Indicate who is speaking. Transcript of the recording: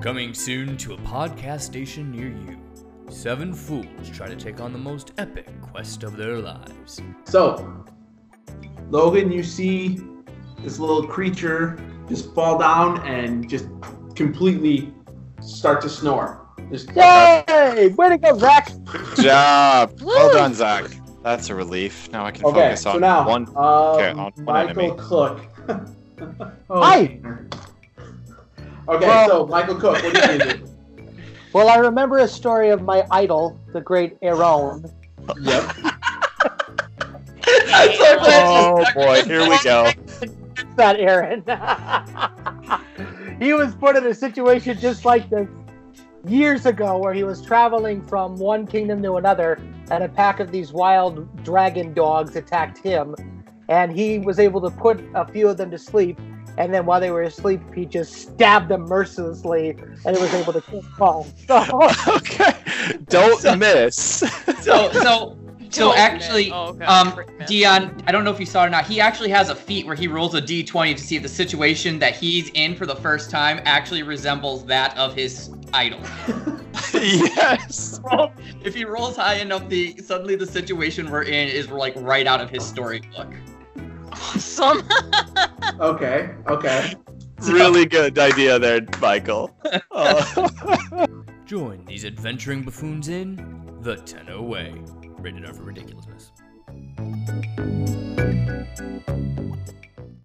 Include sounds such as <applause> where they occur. Speaker 1: Coming soon to a podcast station near you. Seven fools try to take on the most epic quest of their lives.
Speaker 2: So, Logan, you see this little creature just fall down and just completely start to snore. Just
Speaker 3: Yay! Way to go, Zach!
Speaker 4: job. Ah, well done, Zach. That's a relief. Now I can
Speaker 2: okay.
Speaker 4: focus
Speaker 2: So
Speaker 4: on
Speaker 2: now,
Speaker 4: one.
Speaker 2: um,
Speaker 4: okay, on one
Speaker 2: Michael
Speaker 4: enemy.
Speaker 2: Cook. <laughs> oh,
Speaker 3: Hi.
Speaker 2: Tanner. Okay,
Speaker 3: Well-
Speaker 2: so Michael Cook, what are you gonna do?
Speaker 3: Well, I remember a story of my idol, the great Aaron.
Speaker 2: <laughs> yep.
Speaker 5: I'm so glad
Speaker 4: Oh boy, here we go.
Speaker 3: Not Aaron. <laughs> he was put in a situation just like this years ago where he was traveling from one kingdom to another and a pack of these wild dragon dogs attacked him and he was able to put a few of them to sleep and then while they were asleep he just stabbed them mercilessly and he was able to kill them all. <laughs> So-
Speaker 4: <laughs> Okay, don't
Speaker 5: So-
Speaker 4: miss. <laughs>
Speaker 5: So so so
Speaker 6: Don't
Speaker 5: actually,
Speaker 6: miss. Oh, okay.
Speaker 5: um,
Speaker 6: Frick miss.
Speaker 5: Dion, I don't know if you saw it or not. He actually has a feat where he rolls a d20 to see if the situation that he's in for the first time actually resembles that of his idol.
Speaker 4: yes.
Speaker 5: If he rolls high enough, the suddenly the situation we're in is like right out of his storybook.
Speaker 6: Awesome.
Speaker 2: Okay. Okay.
Speaker 4: Really good idea there, Michael. Uh,
Speaker 1: Join these adventuring buffoons in The oh Tenno Way. Rated R for ridiculousness.